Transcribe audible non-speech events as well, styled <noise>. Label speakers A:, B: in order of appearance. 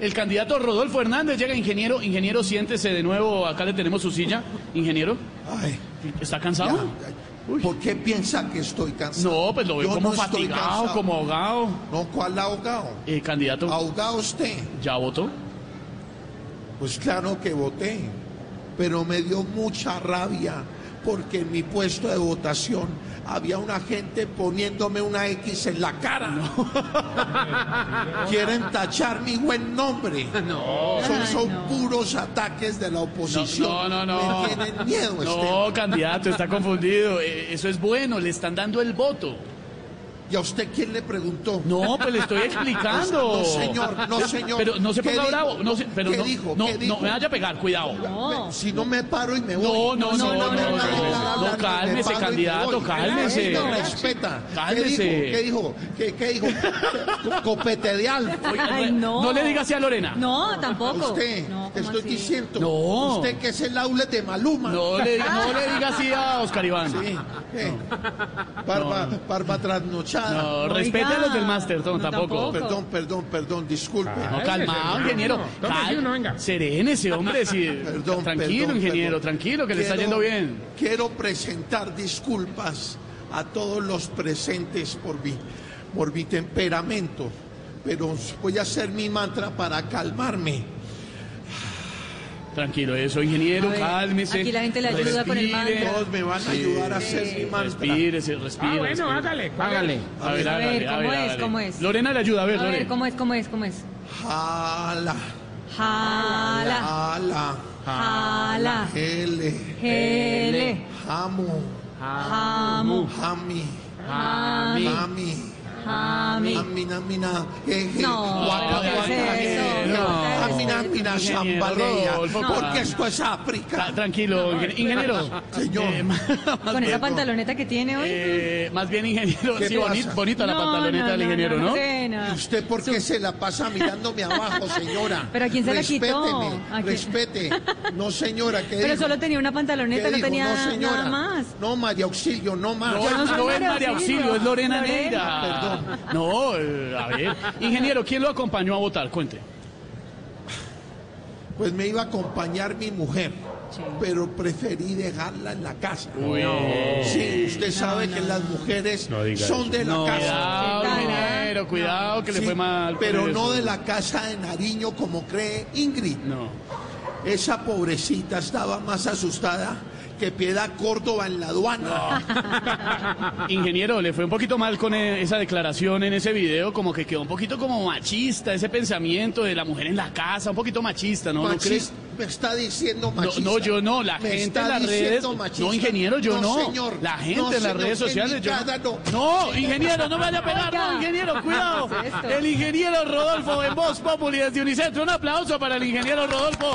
A: El candidato Rodolfo Hernández llega, ingeniero, ingeniero, siéntese de nuevo, acá le tenemos su silla, ingeniero.
B: Ay,
A: ¿Está
B: ya,
A: cansado?
B: ya. ¿Por qué piensa que estoy cansado?
A: No, pues lo veo
B: Yo
A: como
B: no estoy
A: fatigado,
B: cansado. Ah.
A: como ahogado.
B: No, ¿cuál ahogado?
A: Eh, candidato,
B: Ahogado usted.
A: ¿ya votó?
B: Pues claro que voté, pero me dio mucha rabia porque en mi puesto de votación había una gente poniéndome una X en la cara. <laughs> Quieren tachar mi buen nombre.
A: No.
B: Son, son puros ataques de la oposición.
A: No, no, no.
B: Me tienen miedo, Esteban.
A: No, candidato, está
B: <laughs>
A: confundido. Eh, Eso es bueno, le están dando el voto.
B: ¿Y a usted quién le preguntó?
A: No, pues le
B: <laughs>
A: estoy explicando.
B: No, señor, no, señor.
A: Pero no se
B: ¿Qué
A: ponga
B: dijo?
A: bravo. No, se- pero
B: ¿Qué
A: no,
B: dijo?
A: no,
B: ¿Qué
A: no
B: dijo?
A: me vaya a pegar, cuidado.
B: <laughs> Me- Si no me paro y me voy.
A: No, no, no, no,
B: me
A: no,
B: van a
A: no,
B: dejar
A: no,
B: hablar,
A: no,
B: me
A: cálmese,
B: paro y me
A: candidato,
B: voy.
A: cálmese.
B: No me respeta.
A: Cálmese.
B: ¿Qué dijo? ¿Qué dijo? ¿Qué, qué dijo? Co- Copete de alfa.
A: Oiga,
C: Ay, no.
A: le diga así a Lorena.
C: No, tampoco.
B: Usted,
C: No,
B: te
C: ¿cómo
B: estoy
C: así?
B: diciendo.
A: No.
B: Usted que es el aula de Maluma.
A: No le, no le diga así a Oscar Iván.
B: Sí, eh. Barba, barba trasnochada.
A: No, respete a los del máster, no,
C: No,
A: tampoco.
C: tampoco.
B: Perdón, perdón, perdón, disculpe.
A: Ah, No,
D: Ese
A: calmado,
D: es el
A: ingeniero.
D: hermano. Tómese
A: Cal-
D: uno, venga.
A: Serénese, hombre. sí.
B: Perdón,
A: tranquilo,
B: perdón,
A: ingeniero,
B: perdón.
A: tranquilo, que le está
B: Quiero-
A: yendo bien.
B: Quiero presentar disculpas a todos los presentes por mi, por mi temperamento, pero voy a hacer mi mantra para calmarme.
A: Tranquilo, eso, ingeniero,
C: A ver,
A: cálmese.
C: aquí la gente le ayuda con el
A: respire,
C: mantra.
B: Todos me van a ayudar a hacer mi mantra.
A: Respírese, respire.
D: Ah, bueno,
A: respire.
D: hágale, hágale.
A: A ver,
C: A
A: hágale,
C: ver, ¿cómo es?
A: hágale.
C: ¿Cómo es?
A: Lorena le ayuda, a ver,
C: A ver,
A: Lorena.
C: ¿cómo es? ¿Cómo es? ¿Cómo es?
B: Jala,
C: Jala,
B: jala,
C: jala,
B: gele,
C: gele,
B: jamo,
C: jamu,
B: jami,
C: jami,
B: jami,
C: jami.
B: jamina, mina, jeje,
C: No,
B: guaca,
C: ¿qué es
B: guaca,
C: eso?
B: jeje,
C: No.
B: jamina, mina,
A: Ingeniero
B: chambaleya,
A: Rodolfo,
B: porque
A: calma.
B: esto es África.
A: Ta- Ah, tranquilo, ingen- ingeniero.
B: Señor.
A: Eh,
C: Con esa pantaloneta que tiene hoy.
A: eh, más bien, ingeniero.
B: ¿Qué
A: Sí,
B: pasa?
A: boni- bonita la
C: No,
A: pantaloneta
C: no,
A: del
C: no,
A: ingeniero, ¿no?
C: no sé, no.
B: ¿Y usted por qué se la pasa mirándome abajo, señora?
C: ¿Pero a quién se la quitó?
B: Respéteme,
C: ¿A quién?
B: respete. No, señora, ¿qué
C: Pero
B: dijo?
C: solo tenía una
B: ¿Qué
C: pantaloneta, no
B: dijo?
C: tenía
B: no, señora.
C: nada más.
B: No, María Auxilio, no más.
A: No,
C: no
A: es-
C: soy
A: no es
C: María
A: María
C: Auxilio,
A: Auxilio, es Lorena
C: Lorena.
A: Neira. No, eh, a ver. Ingeniero, ¿quién lo acompañó a votar? Cuente.
B: Pues me iba a acompañar mi mujer, pero preferí dejarla en la casa. Sí, usted sabe que las mujeres
D: No diga
B: son
D: eso.
B: de la casa.
A: Cuidado,
C: Sí, claro.
A: ingeniero, cuidado, que le
B: Sí,
A: fue mal. con
B: pero no
A: eso.
B: de la casa de Nariño como cree Ingrid.
A: No.
B: Esa pobrecita estaba más asustada que Piedad Córdoba en la aduana.
A: Ingeniero, le fue un poquito mal con eh, esa declaración en ese video, como que quedó un poquito como machista, ese pensamiento de la mujer en la casa, un poquito machista, ¿no? ¿No
B: Machis-
A: crees?
B: Me está diciendo machista.
A: no, yo no, la
B: Me
A: gente
B: está
A: en las
B: diciendo
A: redes-
B: machista.
A: no, ingeniero, yo no.
B: señor.
A: La gente
B: No,
A: en las
B: señor,
A: redes sociales,
B: en mi
A: yo no.
B: casa no.
A: No, ingeniero, no vaya a pegar,
C: Oiga.
A: no, ingeniero, cuidado.
C: <laughs> ¿Qué es esto?
A: El ingeniero Rodolfo de Voz Populi desde Unicentro. Un aplauso para el ingeniero Rodolfo